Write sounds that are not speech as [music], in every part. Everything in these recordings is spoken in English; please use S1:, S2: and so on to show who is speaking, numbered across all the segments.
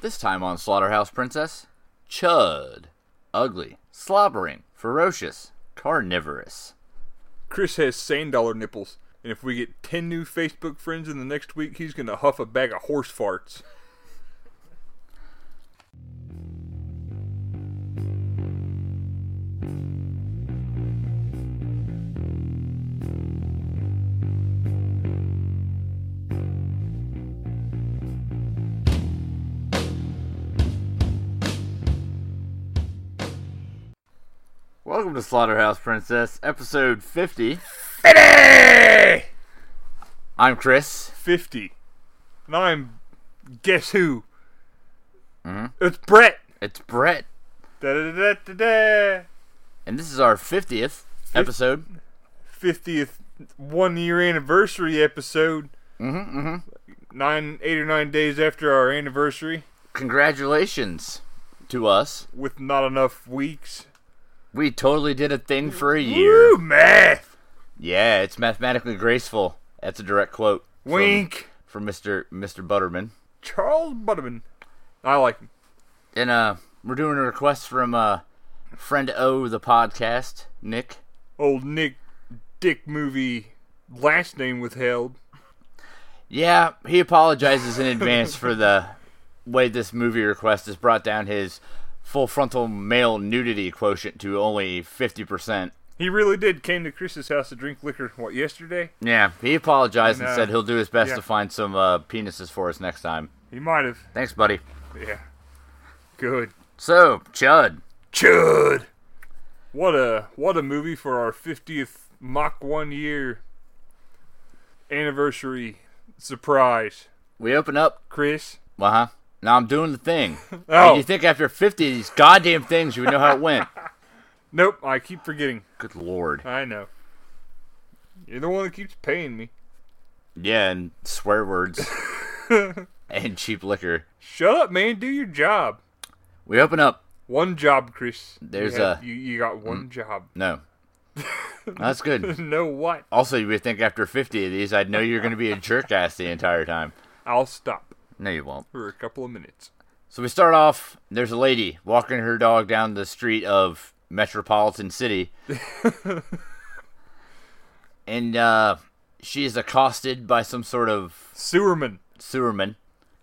S1: This time on Slaughterhouse Princess, Chud. Ugly, slobbering, ferocious, carnivorous.
S2: Chris has sand dollar nipples, and if we get 10 new Facebook friends in the next week, he's going to huff a bag of horse farts.
S1: Welcome to Slaughterhouse Princess, episode 50.
S2: 50!
S1: I'm Chris.
S2: 50. And I'm. Guess who? It's Brett!
S1: It's Brett.
S2: Da-da-da-da-da.
S1: And this is our 50th episode.
S2: 50th one year anniversary episode. Mm-hmm, Nine, eight or nine days after our anniversary,
S1: Congratulations to us.
S2: with not enough weeks.
S1: We totally did a thing for a year.
S2: Woo, math!
S1: Yeah, it's mathematically graceful. That's a direct quote from-
S2: Wink!
S1: from Mr. Mr. Butterman.
S2: Charles Butterman. I like him.
S1: And uh, we're doing a request from uh, friend O the podcast, Nick.
S2: Old Nick Dick movie last name withheld.
S1: Yeah, he apologizes in advance for the way this movie request has brought down his full frontal male nudity quotient to only 50%.
S2: He really did came to Chris's house to drink liquor, what, yesterday?
S1: Yeah, he apologized and,
S2: And, uh,
S1: said he'll do his best
S2: yeah.
S1: to find some uh, penises for us next time.
S2: He might have.
S1: Thanks, buddy.
S2: Yeah. Good.
S1: So, Chud.
S2: Chud. What a what a movie for our fiftieth Mach one year anniversary surprise.
S1: We open up.
S2: Chris.
S1: Uh huh. Now I'm doing the
S2: [laughs]
S1: thing.
S2: Oh
S1: You think after 50 of these goddamn things, you would know how it went.
S2: nope, I keep forgetting.
S1: [laughs] Good lord.
S2: I know. You're the one that keeps paying me.
S1: Yeah, and swear
S2: [laughs]
S1: words and cheap liquor.
S2: Shut up, man, do your job.
S1: We open up.
S2: One job, Chris. You
S1: There's
S2: have-
S1: a-
S2: you, you got one job. [laughs]
S1: No. That's good.
S2: No what?
S1: Also, you would think after 50 of these, I'd know you're going to be a jerk ass the entire time.
S2: I'll stop
S1: No, you won't.
S2: for a couple of minutes.
S1: So we start off. There's a lady walking her dog down the street of Metropolitan [laughs] City. and uh, she is accosted by some sort of
S2: Sewerman.
S1: sewerman,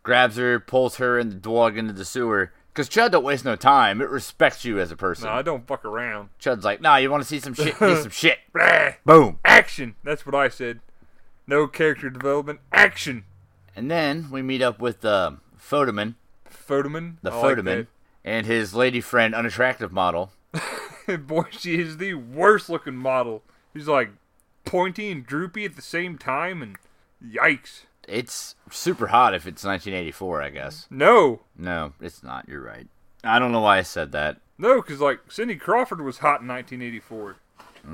S1: grabs her, pulls her and the dog into the sewer. Because Chud don't waste no time. It respects you as a person.
S2: No, I don't fuck around.
S1: Chud's like, nah, you want to see some shit?
S2: [laughs]
S1: See some shit.
S2: Blah.
S1: Boom.
S2: Action. That's what I said. No character development. Action.
S1: And then we meet up with uh, Fodeman,
S2: Fodeman.
S1: the
S2: Oh, I like
S1: Fodeman, and his lady friend, unattractive model.
S2: that. [laughs] Boy, she is the worst looking model. She's like pointy and droopy at the same time, and yikes.
S1: It's super hot if it's 1984, I guess.
S2: No.
S1: No, it's not. You're right. I don't know why I said that.
S2: No, because like Cindy Crawford was hot in 1984.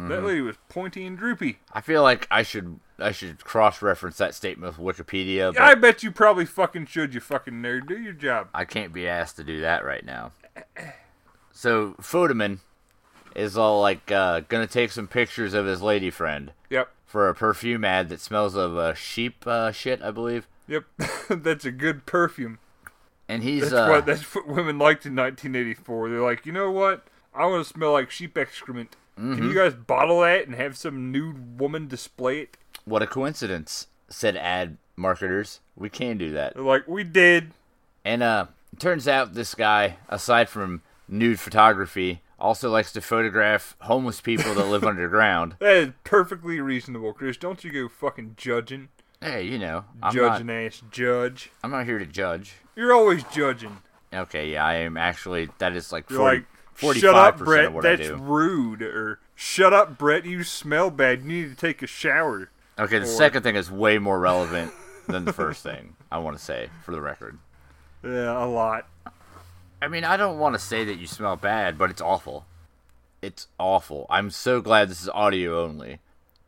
S2: That lady was pointy and droopy.
S1: I feel like I should I should cross reference that statement with Wikipedia, but
S2: I bet you probably fucking should, you fucking nerd. Do your job.
S1: I can't be asked to do that right now. [clears throat] So Fodeman is all like uh, gonna take some pictures of his lady friend
S2: Yep.
S1: for a perfume ad that smells of uh, sheep uh, shit, I believe.
S2: Yep. [laughs] that's a good perfume.
S1: And he's
S2: That's
S1: uh,
S2: what that's what women liked in 1984. They're like, you know what? I want to smell like sheep excrement.
S1: Mm-hmm.
S2: Can you guys bottle that and have some nude woman display it?
S1: What a coincidence, said ad marketers. We can do that.
S2: They're like, we did.
S1: And uh it turns out this guy, aside from nude photography, also likes to photograph homeless people that live [laughs] underground.
S2: That is perfectly reasonable, Chris. Don't you go fucking judging,
S1: Hey, you know, I'm
S2: judging
S1: not
S2: ass judge.
S1: I'm not here to judge.
S2: You're always judging.
S1: Okay, yeah, I am actually that is like
S2: You're
S1: 40,
S2: like,
S1: 45%
S2: shut up,
S1: of
S2: Brett.
S1: what I
S2: That's
S1: do.
S2: rude. Or shut up, Brett. You smell bad. You need to take a shower.
S1: Okay, the second thing is way more relevant than the first thing, I want to say, for the record.
S2: Yeah, a lot.
S1: I mean, I don't want to say that you smell bad, but it's awful. It's awful. I'm so glad this is audio only.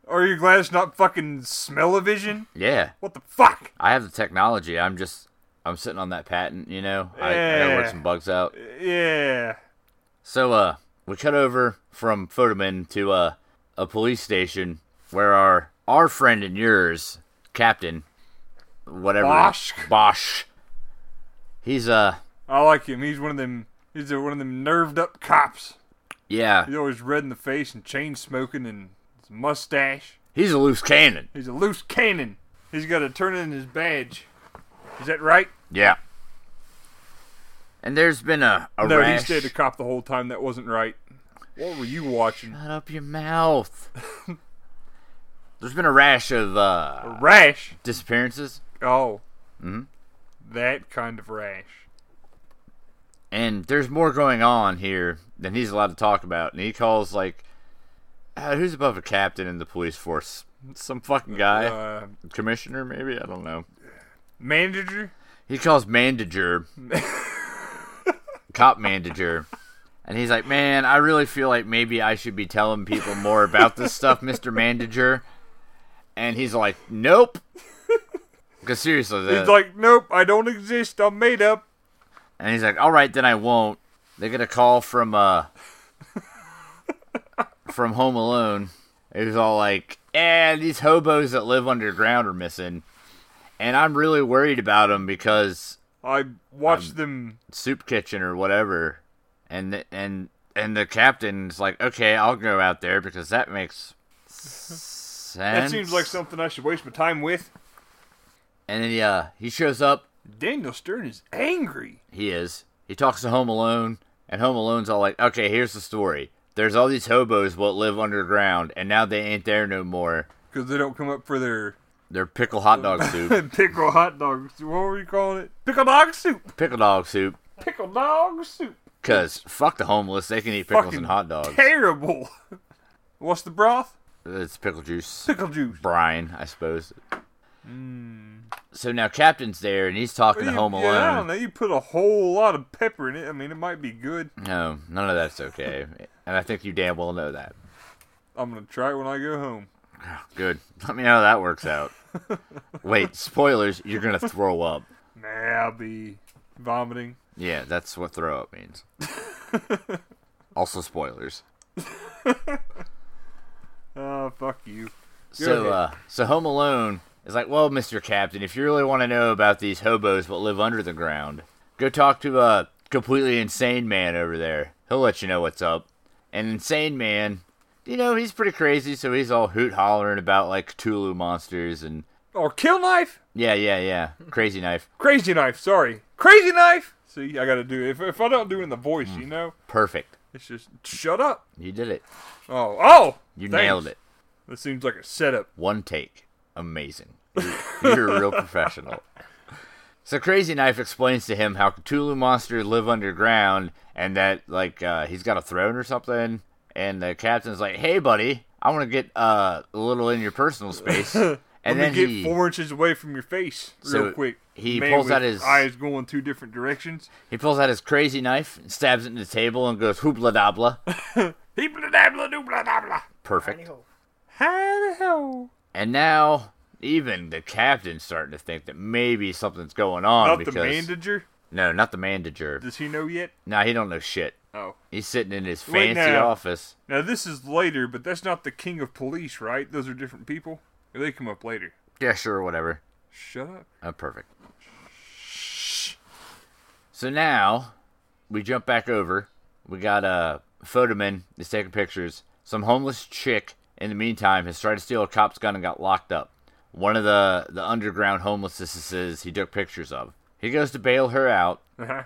S2: Are you glad it's not fucking smell-o-vision?
S1: Yeah.
S2: What the fuck?
S1: I have the technology. I'm just I'm sitting on that patent, you know. I, I gotta work
S2: Yeah.
S1: some bugs out.
S2: Yeah.
S1: So uh we cut over from Fotoman to uh a police station where our our friend and yours, Captain, whatever
S2: Bosch.
S1: Bosch. He's uh
S2: I like him. He's one of them. He's one of them nerved up cops.
S1: Yeah,
S2: He's always red in the face and chain smoking and his mustache.
S1: he's a loose cannon.
S2: He's a loose cannon. He's got to turn in his badge. Is that right?
S1: Yeah. And there's been a, a
S2: No, he
S1: rash.
S2: stayed a cop the whole time. That wasn't right. What were you watching?
S1: Shut up your
S2: [laughs]
S1: mouth. there's been a rash of uh,
S2: A rash.
S1: disappearances,
S2: Oh. Mm-hmm. That kind of rash.
S1: and there's more going on here than he's allowed to talk about. And he calls like, uh, who's above a captain in the police force? Some fucking guy,
S2: Uh,
S1: commissioner maybe. I don't know.
S2: manager?
S1: He calls
S2: [laughs]
S1: manager, cop manager, and he's like, "Man, I really feel like maybe I should be telling people more about this stuff, Mister Manager." And he's like, "Nope," because seriously, the-
S2: He's like, nope, I don't exist. I'm made up.
S1: and he's like, "All right, then I won't." They get a call from
S2: [laughs]
S1: uh from Home Alone. It was all like, "Eh, these hobos that live underground are missing." And I'm really worried about them because
S2: I
S1: Um,
S2: watched them.
S1: soup kitchen or whatever, and th- and and the captain's like, okay, I'll go out there because that
S2: [laughs]
S1: makes sense.
S2: That seems like something I should waste my time with.
S1: And then yeah, he shows up.
S2: Daniel Stern is angry.
S1: He is. He talks to Home Alone, and Home Alone's all like, okay, here's the story. There's all these hobos what live underground, and now they ain't there no more.
S2: Because they don't come up for their
S1: They're pickle hot dog soup,
S2: [laughs] pickle hot dog soup. What were you calling it? Pickle dog soup.
S1: pickle dog soup.
S2: Pickle dog soup.
S1: Cause fuck the homeless, they can eat pickles
S2: Fucking
S1: and hot dogs.
S2: [laughs] Terrible. What's the broth?
S1: It's pickle juice.
S2: Pickle juice.
S1: Brian, I suppose. So now Captain's there, and he's talking to
S2: You-
S1: Home
S2: Yeah, I don't
S1: Alone.
S2: know. You put a whole lot of pepper in it. I mean, it might be good.
S1: no, none of that's okay, and I think you damn well know that.
S2: I'm gonna try it when I go home.
S1: Good. Let me know how that works out. Wait, spoilers. You're gonna throw up.
S2: Nah, I'll be vomiting.
S1: Yeah, that's what throw up means. also, spoilers.
S2: Oh, fuck you.
S1: So,
S2: ahead.
S1: uh, so Home Alone is like, well, Mister Captain, if you really want to know about these hobos that live under the ground, go talk to a completely insane man over there. He'll let you know what's up. An insane man, you know, he's pretty crazy, so he's all hoot hollering about like Cthulhu monsters and
S2: Or kill knife?
S1: yeah, yeah, yeah, crazy knife,
S2: Crazy knife. Sorry, crazy knife. See, I gotta do it. If, if I don't do it in the voice,
S1: Hmm.
S2: you know,
S1: perfect.
S2: it's just shut up.
S1: You did it.
S2: Oh, oh,
S1: You
S2: thanks.
S1: nailed it.
S2: This seems like a setup.
S1: One take. Amazing. You're- You're
S2: [laughs]
S1: a real professional. So Crazy Knife explains to him how Cthulhu monsters live underground and that like uh, he's got a throne or something. And the captain's like, "Hey, buddy, I want to get uh, a little in your personal
S2: [laughs]
S1: space." And
S2: Let
S1: then
S2: me get
S1: he
S2: four inches away from your face, real
S1: So
S2: quick.
S1: he
S2: Man
S1: pulls
S2: with
S1: out his-
S2: eyes going two different directions.
S1: he pulls out his crazy knife, and stabs it in the table, and goes hoopla dabla.
S2: [laughs] Heebla dabla doobla dabla.
S1: Perfect.
S2: How the hell?
S1: And now even the captain's starting to think that maybe something's going on
S2: Not
S1: Oh, because
S2: the manager.
S1: no, not the manager.
S2: Does he know yet?
S1: No, he don't know shit.
S2: Oh.
S1: He's sitting in his
S2: Wait,
S1: fancy
S2: now.
S1: office.
S2: Now this is later, but that's not the king of police, right? Those are different people. They come up later.
S1: Yeah, sure, whatever.
S2: Shut up.
S1: Oh, perfect. So now we jump back over. We got a uh, photoman is taking pictures. Some homeless chick in the meantime has tried to steal a cop's gun and got locked up. One of the the underground homelessnesses he took pictures of. He goes to bail her out.
S2: Uh-huh.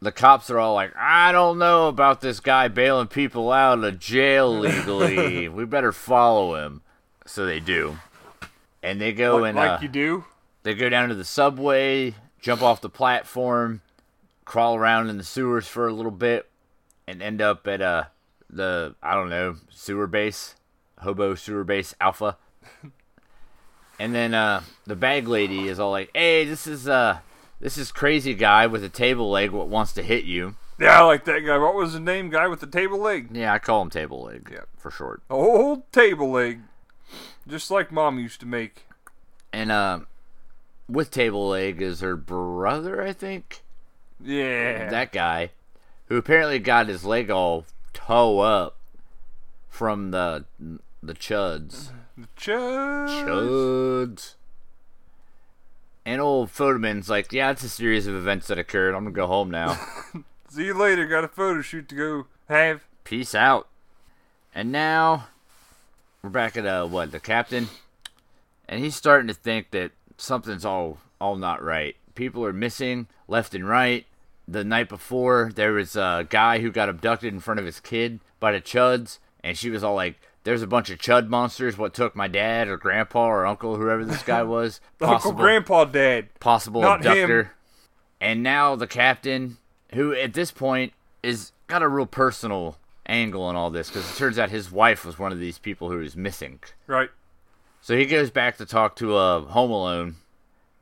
S1: The cops are all like, "I don't know about this guy bailing people out of jail
S2: [laughs]
S1: legally. we better follow him." So they do, and they go and uh,
S2: like you do.
S1: they go down to the subway, jump off the platform, crawl around in the sewers for a little bit, and end up at uh the I don't know sewer base, hobo sewer base alpha.
S2: [laughs]
S1: and then uh, the bag lady is all like, "Hey, this is uh this is crazy guy with a table leg what wants to hit you."
S2: Yeah, I like that guy. What was the name? Guy with the table leg.
S1: Yeah, I call him table leg
S2: Yep.
S1: for short.
S2: A whole table leg, just like mom used to make.
S1: And uh, with table leg is her brother, I think.
S2: Yeah.
S1: that guy who apparently got his leg all toe up from the the chuds
S2: Chud.
S1: chuds And old Fodeman's like, yeah, it's a series of events that occurred. I'm gonna go home now.
S2: See you later. Got a photo shoot to go have.
S1: Peace out. And now we're back at uh, what the captain, and he's starting to think that something's all all not right. People are missing left and right. The night before, there was a guy who got abducted in front of his kid by the chuds, and she was all like, "There's a bunch of chud monsters. What took my dad or grandpa or uncle, whoever this guy was,
S2: Uncle Grandpa dead.
S1: possible
S2: Not him.
S1: abductor. And now the captain, who at this point is got a real personal angle on all this, because it turns out his wife was one of these people who is missing.
S2: Right.
S1: So he goes back to talk to uh, Home Alone,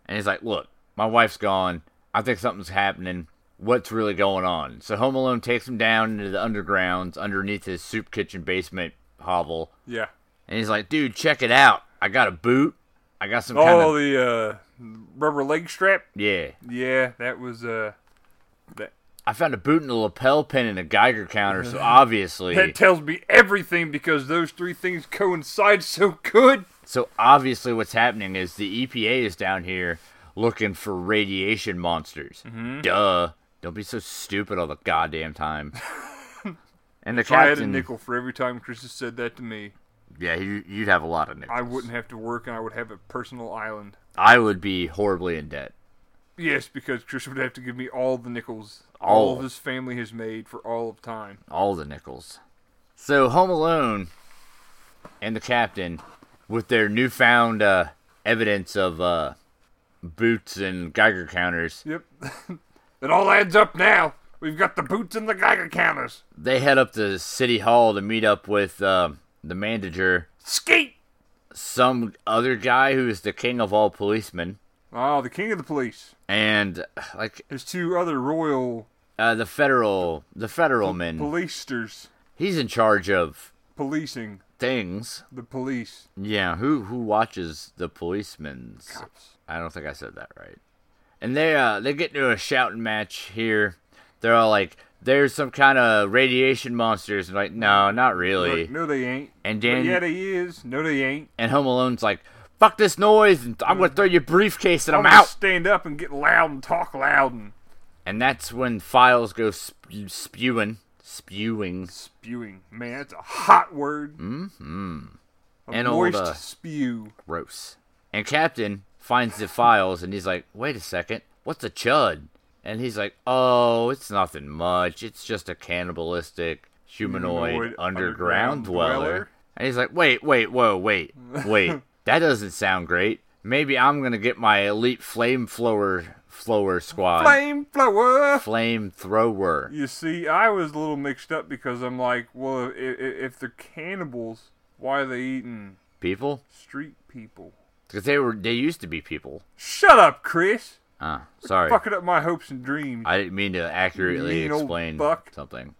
S1: and he's like, "Look, my wife's gone. I think something's happening. What's really going on?" So Home Alone takes him down into the undergrounds, underneath his soup kitchen basement hovel,
S2: Yeah.
S1: and he's like, "Dude, check it out. I got a boot. I got some kind of
S2: Oh, the uh, rubber leg strap.
S1: yeah."
S2: Yeah, that was uh, that
S1: I found a boot and a lapel pin and a Geiger counter,
S2: [laughs]
S1: so obviously,
S2: that tells me everything because those three things coincide [laughs] so good.
S1: so obviously, what's happening is the EPA is down here looking for radiation monsters.
S2: Mm-hmm.
S1: Duh! Don't be so stupid all the goddamn
S2: [laughs]
S1: time. and the
S2: I had a
S1: captain,
S2: nickel for every time Chris has said that to me.
S1: yeah, you, you'd have a lot of nickels.
S2: I wouldn't have to work and I would have a personal island.
S1: I would be horribly in debt.
S2: Yes, because Chris would have to give me all the nickels
S1: All.
S2: all of his family has made for all of time.
S1: all the nickels. So Home Alone and the captain, with their newfound uh, evidence of uh, boots and Geiger counters,
S2: Yep. [laughs] it all adds up now. We've got the boots and the Geiger counters.
S1: they head up to City Hall to meet up with um the manager,
S2: Skate!
S1: some other guy who is the king of all policemen,
S2: Oh, the king of the police.
S1: and like
S2: His two other royal
S1: uh, the federal, the federal man.
S2: policers
S1: He's in charge of
S2: policing
S1: things.
S2: the police.
S1: Yeah, who who watches the policemen's? I don't think I said that right. And they uh they get into a shouting match here. They're all like, "There's some kind of radiation monsters." And like, no, not really.
S2: Look, no, they ain't.
S1: And
S2: But
S1: Dan
S2: yeah, they is. No, they ain't.
S1: and Home Alone's like, "Fuck this noise! And I'm gonna throw your briefcase and I'm
S2: I'm gonna
S1: out."
S2: stand up and get loud and talk loud and
S1: And that's when files go spew- spewing, spewing.
S2: spewing. Man, that's a hot word. Mm-hmm. A
S1: And all
S2: moist
S1: the-
S2: spew.
S1: Gross. uh, And Captain finds the files and he's like, wait a second, what's a chud? And he's like, oh, it's nothing much. It's just a cannibalistic humanoid,
S2: Humanoid
S1: underground
S2: underground
S1: dweller.
S2: dweller.
S1: And he's like, wait, wait, whoa,
S2: [laughs]
S1: wait, wait. that doesn't sound great. Maybe I'm going to get my elite flame flower, flower squad.
S2: Flame flower.
S1: Flame thrower.
S2: You see, I was a little mixed up because I'm like, well, if, if they're cannibals, why are they eating
S1: People?
S2: street people?
S1: Because they were, they used to be people.
S2: Shut up, Chris.
S1: Uh, sorry.
S2: Fucking up my hopes and dreams.
S1: I didn't mean to accurately
S2: Mean old
S1: explain
S2: buck.
S1: something.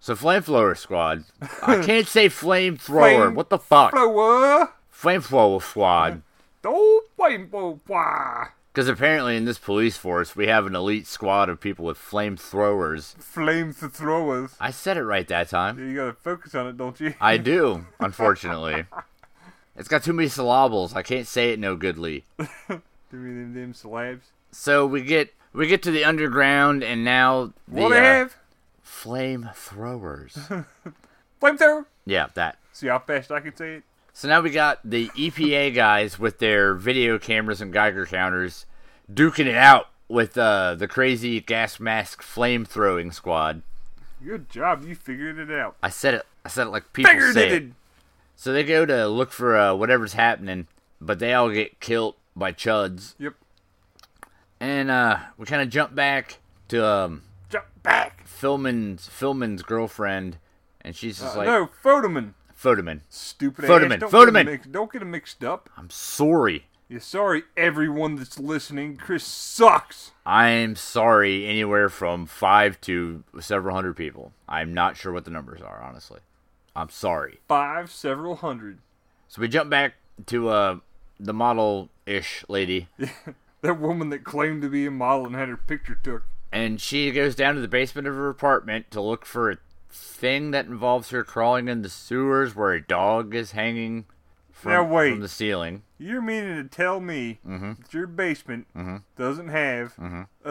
S1: So flame thrower squad.
S2: [laughs]
S1: I can't say flame thrower.
S2: Flame
S1: what the fuck?
S2: flower.
S1: flame thrower squad.
S2: Oh, flame flower.
S1: Because apparently in this police force we have an elite squad of people with flamethrowers.
S2: Flame the throwers.
S1: I said it right that time.
S2: You gotta focus on it, don't you?
S1: I do, unfortunately. it's got too many syllables. I can't say it no goodly.
S2: Give me them, them slabs.
S1: So we get we get to the underground and now the
S2: What I
S1: uh,
S2: have?
S1: flame throwers.
S2: Flamethrower.
S1: yeah, that.
S2: See how fast I can say it?
S1: So now we got the EPA guys with their video cameras and Geiger counters duking it out with uh, the crazy gas mask flame throwing squad.
S2: Good job, you figured it out.
S1: I said it. I said it like people
S2: Figured
S1: say
S2: it.
S1: it. So they go to look for uh, whatever's happening, but they all get killed by chuds.
S2: Yep.
S1: And uh, we kind of jump back to um,
S2: Jump back.
S1: Philman's Philman's girlfriend, and she's just like
S2: Uh, no, Fodeman.
S1: Fodeman.
S2: Stupid
S1: Fodeman,
S2: ass. Don't
S1: Fodeman.
S2: Get 'em mixed, don't get him mixed up.
S1: I'm sorry.
S2: Yeah, sorry, everyone that's listening. Chris sucks.
S1: I'm sorry, anywhere from five to several hundred people. I'm not sure what the numbers are, honestly. I'm sorry.
S2: Five, several hundred.
S1: So we jump back to uh, the model ish lady,
S2: That woman that claimed to be a model and had her picture took.
S1: and she goes down to the basement of her apartment to look for a thing that involves her crawling in the sewers where a dog is hanging from,
S2: Now wait.
S1: from the ceiling.
S2: You're meaning to tell me
S1: Mm-hmm.
S2: that your basement doesn't have a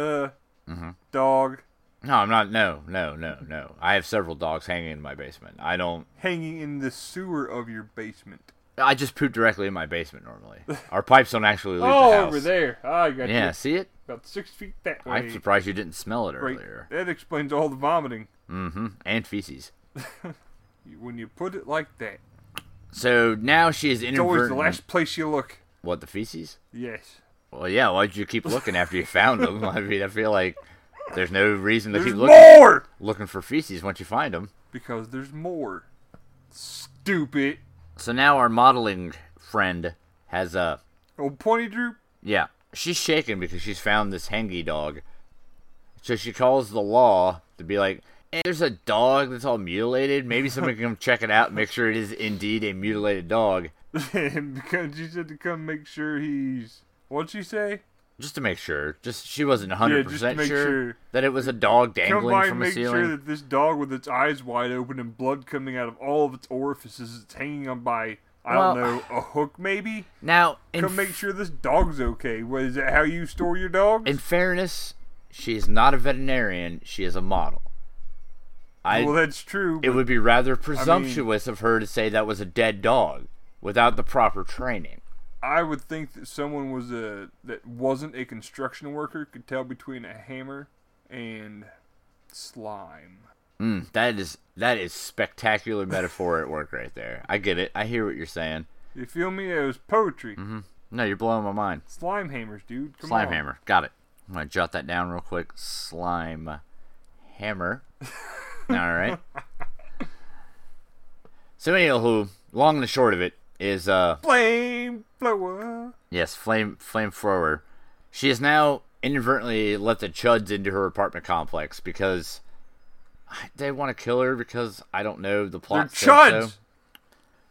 S1: Mm-hmm.
S2: dog
S1: No, I'm not. No, no, no, no. I have several dogs hanging in my basement. I don't.
S2: hanging in the sewer of your basement?
S1: I just poop directly in my basement
S2: [laughs]
S1: normally. Our pipes don't actually leave
S2: Oh,
S1: the house.
S2: over there. Ah, you got
S1: Yeah,
S2: you.
S1: see it?
S2: About six feet that way.
S1: I'm surprised you didn't smell it
S2: Right.
S1: earlier.
S2: That explains all the vomiting.
S1: Mm-hmm. And feces.
S2: You- When you put it like that,
S1: So now she is
S2: it's always
S1: inadvertent.
S2: the last place you look.
S1: What the feces?
S2: Yes.
S1: Well, yeah. Why'd you keep looking after you found them? [laughs] I mean, I feel like there's no reason to
S2: There's
S1: keep looking
S2: more!
S1: looking for feces once you find them.
S2: Because there's more. Stupid.
S1: So now our modeling friend has a
S2: Oh, Pointy Droop. [laughs]
S1: Yeah. She's shaken because she's found this hangy dog. So she calls the law to be like, "Eh, there's a dog that's all mutilated. Maybe somebody can come check it out and make sure it is indeed a mutilated dog.
S2: because you said to come make sure he's. What'd she say?
S1: Just to make sure. Just she wasn't 100%
S2: make
S1: sure,
S2: sure.
S1: that it was a dog
S2: Come by
S1: dangling
S2: and
S1: from a
S2: make
S1: ceiling.
S2: sure that this dog with its eyes wide open and blood coming out of all of its orifices is hanging on by, I
S1: Well-
S2: don't know, a hook maybe?
S1: Now, in,
S2: Come make
S1: f-
S2: sure this dog's okay. What, is that how you store your dogs?
S1: in fairness, she is not a veterinarian. She is a model. I
S2: well, that's true.
S1: it would be rather presumptuous of her to say that was a dead dog without the proper training.
S2: I would think that someone was a that wasn't a construction worker could tell between a hammer and slime.
S1: Mm, that is that is spectacular metaphor at work right there. I get it. I hear what you're saying.
S2: You feel me? It was poetry.
S1: No, you're blowing my mind.
S2: Slime hammers, dude. Come
S1: Mm-hmm. Slime
S2: on.
S1: hammer. Got it. I'm gonna jot that down real quick. Slime
S2: [laughs]
S1: hammer. All right. So anywho, long and short of it is uh
S2: Flame blower.
S1: yes, flame flamethrower. She has now inadvertently let the chuds into her apartment complex because they want to kill her because I don't know the
S2: They're
S1: plot. says
S2: chuds.
S1: So.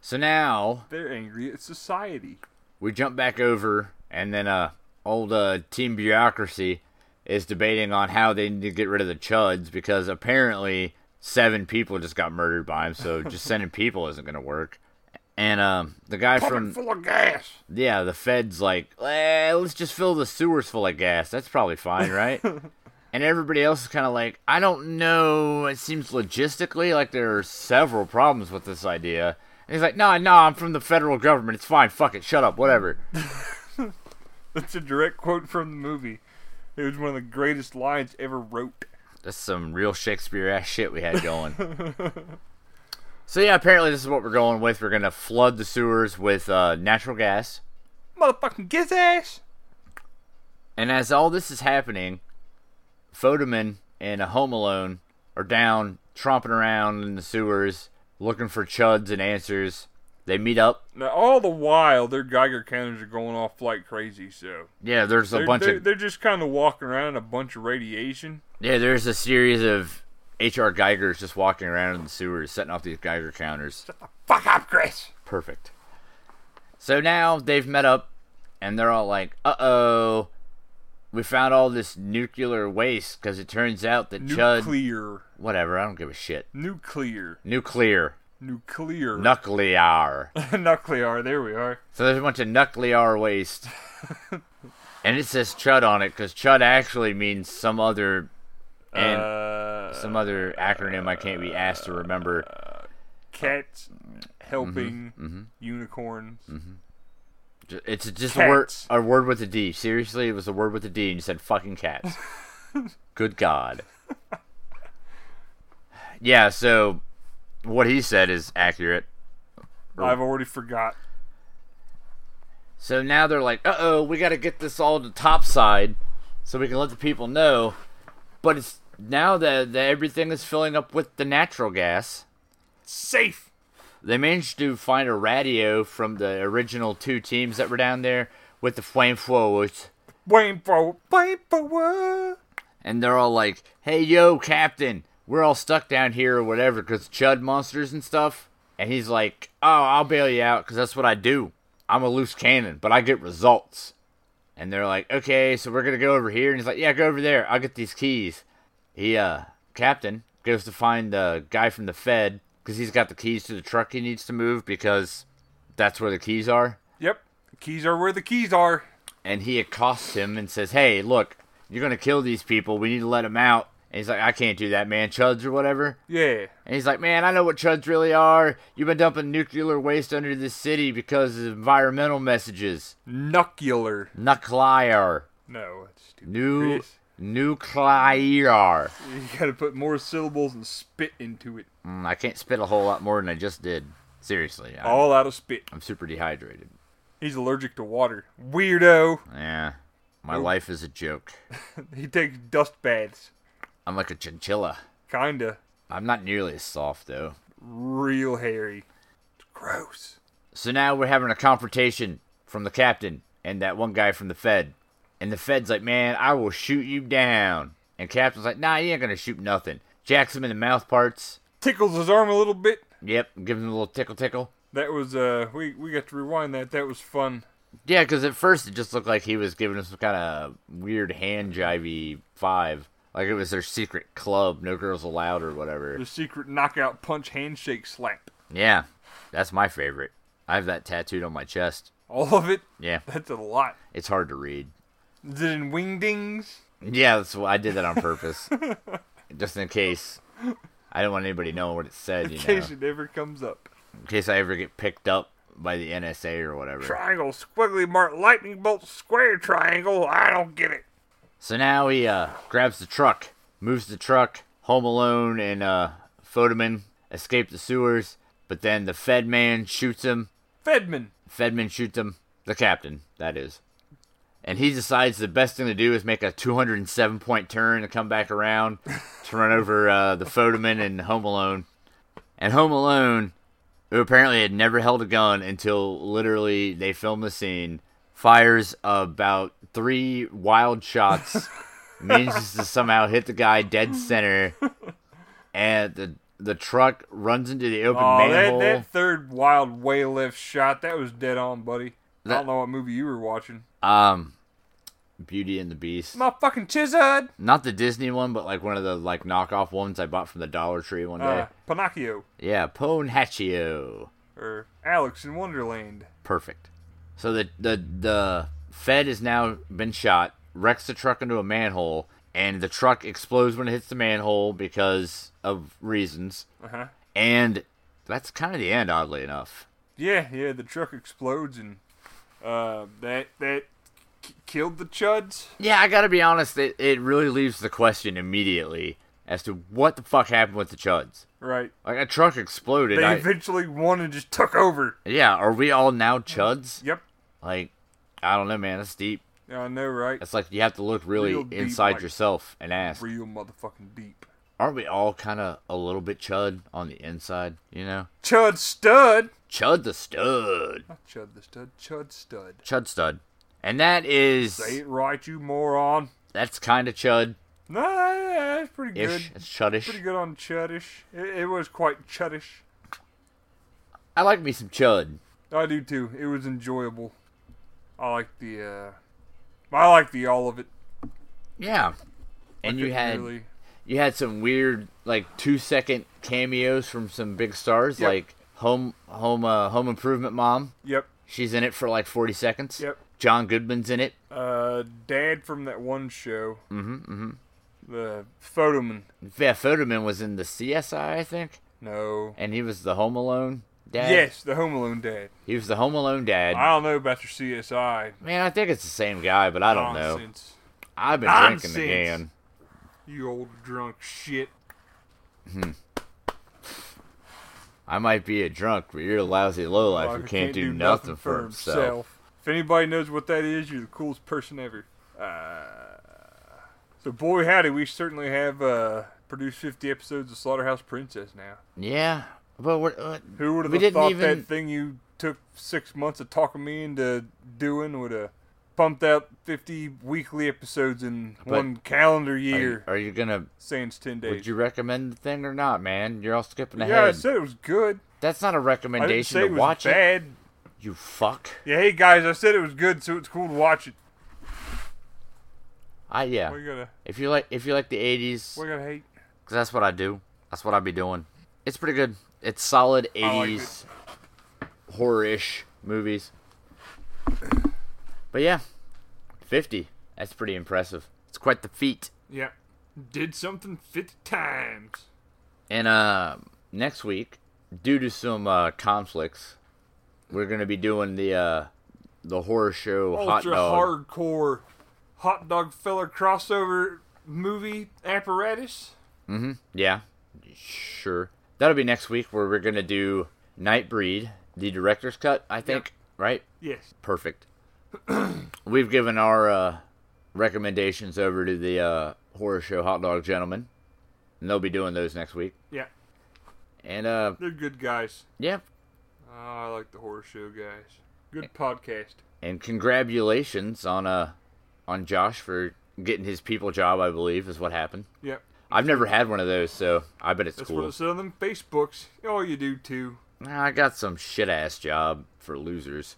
S1: so now
S2: They're angry at society.
S1: we jump back over, and then uh, old uh, team bureaucracy is debating on how they need to get rid of the chuds because apparently seven people just got murdered by him. So just sending people isn't going to work. And um, the guy
S2: Pumping
S1: from
S2: full of gas.
S1: yeah, the feds like, eh, let's just fill the sewers full of gas. That's probably fine, right? and everybody else is kind of like, I don't know. It seems logistically like there are several problems with this idea. And he's like, no, no, I'm from the federal government. It's fine. Fuck it. Shut up. Whatever.
S2: That's a direct quote from the movie. It was one of the greatest lines ever wrote.
S1: That's some real Shakespeare ass shit we had going. [laughs] so yeah, apparently this is what we're going with. We're gonna flood the sewers with uh, natural gas,
S2: Motherfucking giz ass.
S1: and as all this is happening, Fodeman and a Home Alone are down tromping around in the sewers looking for chuds and answers. They meet up.
S2: Now, all the while, their Geiger counters are going off like crazy. So
S1: Yeah, there's a
S2: they're,
S1: bunch
S2: they're,
S1: of
S2: they're just kind of walking around in a bunch of radiation.
S1: yeah. There's a series of HR Geigers just walking around in the sewers, setting off these Geiger counters.
S2: Fuck up, Chris.
S1: Perfect. So now they've met up and they're all like, uh oh, we found all this nuclear waste because it turns out that Chud.
S2: Nuclear,
S1: Whatever, I don't give a shit.
S2: nuclear,
S1: Nuclear.
S2: nuclear,
S1: Nuclear.
S2: [laughs] nuclear. There we are.
S1: so there's a bunch of nuclear waste. and it says Chud on it because Chud actually means some other. And
S2: uh,
S1: some other acronym I can't be asked to remember.
S2: cats helping unicorns.
S1: Ju- It's just a word,
S2: Cats.
S1: a word with a D. Seriously, it was a word with a D, and you said fucking cats. Good God. Yeah, so what he said is accurate.
S2: I've already forgot.
S1: So now they're like, uh oh, we got to get this all to topside so we can let the people know. But it's now that, that everything is filling up with the natural gas,
S2: Safe.
S1: they managed to find a radio from the original two teams that were down there with the flame flowers.
S2: Wayne for wayne for
S1: and they're all like, "Hey, yo, Captain, we're all stuck down here or whatever because chud monsters and stuff." And he's like, "Oh, I'll bail you out because that's what I do. I'm a loose cannon, but I get results." And they're like, "Okay, so we're gonna go over here." And he's like, "Yeah, go over there. I'll get these keys." He, uh, Captain, goes to find the guy from the Fed because he's got the keys to the truck he needs to move because that's where the keys are.
S2: Yep. Keys are where the keys are.
S1: and he accosts him and says, "Hey, look, you're gonna kill these people. We need to let them out." And he's like, "I can't do that, man, Chuds or whatever."
S2: Yeah.
S1: And he's like, "Man, I know what Chuds really are. You've been dumping nuclear waste under this city because of environmental messages.
S2: Nuclear.
S1: Nuclear,
S2: No, that's stupid.
S1: new,
S2: Chris.
S1: nuclear.
S2: [laughs] You gotta put more syllables and spit into it.
S1: Mm, I can't spit a whole lot more than I just did. Seriously, I'm,
S2: All out of spit.
S1: I'm super dehydrated.
S2: He's allergic to water. Weirdo. [laughs]
S1: Yeah, my life is a joke.
S2: He takes dust baths.
S1: I'm like a chinchilla.
S2: Kinda.
S1: I'm not nearly as soft though."
S2: Real hairy. It's gross.
S1: So now we're having a confrontation from the captain and that one guy from the Fed. And the Fed's like, man, I will shoot you down. And Captain's like, nah, you ain't gonna shoot nothing. Jacks him in the mouth parts.
S2: Tickles his arm a little bit.
S1: Yep, gives him a little tickle tickle.
S2: That was uh we we got to rewind that. That was fun.
S1: Yeah, because at first it just looked like he was giving him some kind of weird hand jivey five. Like it was their secret club, no girls allowed or whatever.
S2: The secret knockout punch handshake slap.
S1: Yeah, that's my favorite. I have that tattooed on my chest.
S2: All of it?
S1: Yeah,
S2: That's a lot.
S1: it's hard to read.
S2: Is it in wingdings?
S1: Yeah, that's why I did that on purpose, [laughs] just in case. I didn't want anybody knowing what it said, you
S2: In
S1: know,
S2: case it ever comes up.
S1: in case I ever get picked up by the NSA or whatever.
S2: Triangle, squiggly mark, lightning bolt, square triangle. I don't get it.
S1: So now he uh, grabs the truck, moves the truck. Home Alone and uh, Fodeman escape the sewers, but then the Fed man shoots him.
S2: Fedman.
S1: Fedman shoots him, the captain, that is. And he decides the best thing to do is make a 207 point turn and come back around to run over uh, the Fodeman and Home Alone. And Home Alone, who apparently had never held a gun until literally they filmed the scene, fires about three wild shots, manages to somehow hit the guy dead center, and the the truck runs into the open
S2: Oh, that,
S1: manhole.
S2: that third wild way left shot, that was dead on, buddy. I
S1: That-
S2: don't know what movie you were watching.
S1: Um, Beauty and the Beast.
S2: My fucking Chizad.
S1: not the Disney one, but like one of the like knockoff ones I bought from the Dollar Tree one day.
S2: Uh, Pinocchio.
S1: yeah, Ponachio.
S2: Or Alex in Wonderland.
S1: Perfect. So the the the Fed has now been shot, wrecks the truck into a manhole, and the truck explodes when it hits the manhole because of reasons.
S2: Uh huh.
S1: And that's kind of the end, oddly enough.
S2: Yeah, yeah, the truck explodes and uh, that that k- killed the chuds.
S1: Yeah, I gotta be honest. It it really leaves the question immediately as to what the fuck happened with the chuds.
S2: Right.
S1: Like a truck exploded.
S2: They
S1: I-
S2: eventually won and just took over.
S1: Yeah, are we all now chuds?
S2: Yep.
S1: Like, I don't know, man. That's deep.
S2: I know, right?
S1: That's like you have to look really
S2: Real deep,
S1: inside
S2: like-
S1: yourself and ask,
S2: Real motherfucking deep.
S1: aren't we all kind of a little bit chud on the inside? You know,
S2: Chud stud.
S1: chud the stud,
S2: Not Chud the stud. Chud stud.
S1: chud stud, and that
S2: Say
S1: is
S2: it right, you moron.
S1: that's kind of chud
S2: Nah, that's pretty good.
S1: ish. It's chudish.
S2: Pretty good on Chudish. It, it was quite Chudish.
S1: I like me some chud.
S2: I do too. It was enjoyable. I like the, uh, I like the all of it.
S1: Yeah, and you
S2: It
S1: had
S2: really,
S1: you had some weird like two second cameos from some big stars
S2: Yep.
S1: like home home uh, home improvement mom.
S2: yep,
S1: She's in it for like 40 seconds.
S2: Yep.
S1: John Goodman's in it.
S2: uh, Dad from that one show. Mm-hmm. mm-hmm. The photoman.
S1: Yeah, Foderman was in the CSI, I think,
S2: No.
S1: and he was the Home Alone dad.
S2: Yes, the Home Alone dad.
S1: He was the Home Alone dad.
S2: I don't know about your CSI.
S1: Man, I think it's the same guy, but I don't know.
S2: Nonsense.
S1: I've been
S2: Nonsense.
S1: drinking again.
S2: You old drunk shit.
S1: I might be a drunk, but you're a lousy lowlife who
S2: Rocker
S1: can't, do, nothing, for himself.
S2: If anybody knows what that is, you're the coolest person ever. Uh, so, boy, howdy, we certainly have uh, produced 50 episodes of Slaughterhouse Princess now.
S1: Yeah, but we're, uh,
S2: Who would
S1: We
S2: have
S1: didn't
S2: thought
S1: even-
S2: that thing you took six months of talking me into doing would have pumped out 50 weekly episodes in
S1: But-
S2: one calendar
S1: are,
S2: year?
S1: you- are you gonna?
S2: Sans 10
S1: Would
S2: days.
S1: you recommend the thing or not, man? You're all skipping
S2: yeah, I
S1: ahead.
S2: said it was good.
S1: That's not a
S2: I didn't
S1: recommendation
S2: say
S1: to
S2: it was
S1: watch it.
S2: bad.
S1: You fuck.
S2: Yeah, hey guys, I said it was good, so it's cool to watch it.
S1: I yeah.
S2: We're gonna,
S1: If you like, if you like the '80s,
S2: we're gonna hate.
S1: Cause that's what I do. That's what I be doing. It's pretty good. It's solid
S2: like
S1: '80s horror-ish movies. But yeah, 50. That's pretty impressive. It's quite the feat.
S2: Yeah. Did something 50 times.
S1: And uh, next week, due to some uh, conflicts, we're gonna be doing the uh, the horror show hot
S2: Ultra
S1: dog.
S2: hardcore hot dog filler crossover movie apparatus.
S1: Yeah, sure. That'll be next week where we're gonna do Nightbreed, the director's cut. I think right.
S2: Yes.
S1: Perfect. [clears throat] We've given our uh, recommendations over to the uh, horror show hot dog gentlemen, and they'll be doing those next week.
S2: Yeah.
S1: And uh,
S2: They're good guys.
S1: yeah,
S2: Oh, I like the horror show guys. Good podcast.
S1: and congratulations on uh on Josh for getting his people job. I believe is what happened.
S2: Yep.
S1: I've never had one of those, so I bet it's
S2: That's
S1: cool.
S2: what it said on them Facebooks. Oh, you do too.
S1: I got some shit ass job for losers.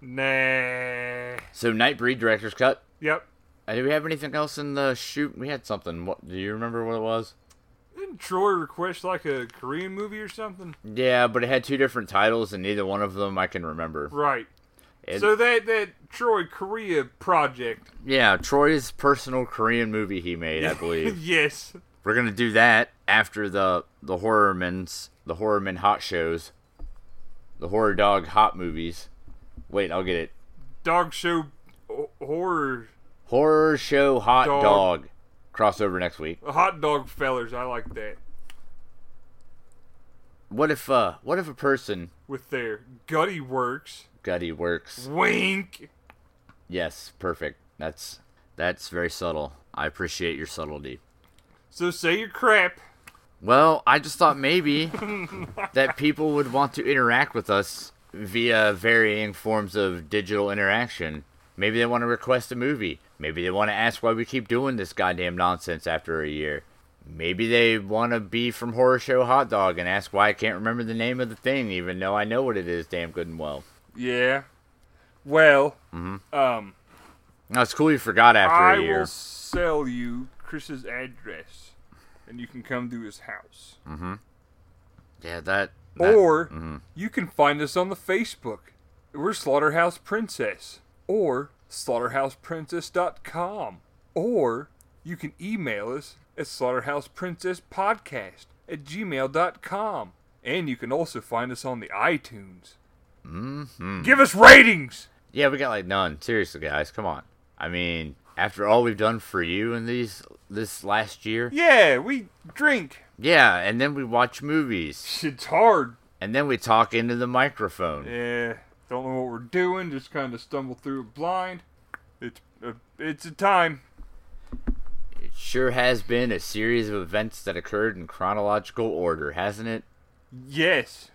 S2: Nah.
S1: So Nightbreed director's cut.
S2: Yep.
S1: Uh, do we have anything else in the shoot? We had something. What do you remember what it was?
S2: Didn't Troy request like a Korean movie or something?
S1: Yeah, but it had two different titles, and neither one of them I can remember.
S2: Right.
S1: It-
S2: so that that Troy Korea project.
S1: yeah, Troy's personal Korean movie he made, I believe.
S2: [laughs] yes.
S1: We're gonna do that after the the horrormen's the horrorman hot shows, the horror dog hot movies. Wait, I'll get it.
S2: Dog show ho- horror
S1: Horror show hot
S2: Dog.
S1: dog crossover next week.
S2: hot dog fellers. I like that.
S1: What if uh what if a person
S2: With their gutty works.
S1: Gutty works?
S2: Wink.
S1: Yes, perfect. That's that's very subtle. I appreciate your subtlety.
S2: So say your crap.
S1: Well, I just thought maybe
S2: [laughs]
S1: that people would want to interact with us via varying forms of digital interaction. Maybe they want to request a movie. Maybe they want to ask why we keep doing this goddamn nonsense after a year. Maybe they want to be from Horror Show Hot Dog and ask why I can't remember the name of the thing, even though I know what it is damn good and well.
S2: Yeah. Well, um,
S1: Now, it's cool you forgot after
S2: I
S1: a year.
S2: will sell you Chris's address, and you can come to his house.
S1: Yeah, that. that-
S2: Or you can find us on the Facebook. We're Slaughterhouse Princess or slaughterhouseprincess.com. Or you can email us at slaughterhouseprincesspodcast at gmail.com. And you can also find us on the iTunes. Mm-hmm. Give us ratings!
S1: Yeah, we got like none. Seriously, guys, come on. I mean, after all we've done for you in these this last year,
S2: Yeah, we drink.
S1: yeah, and then we watch movies,
S2: It's hard.
S1: and then we talk into the microphone.
S2: Yeah, don't know what we're doing. Just kind of stumble through it blind. It's a, it's a time.
S1: It sure has been a series of events that occurred in chronological order, hasn't it?
S2: Yes.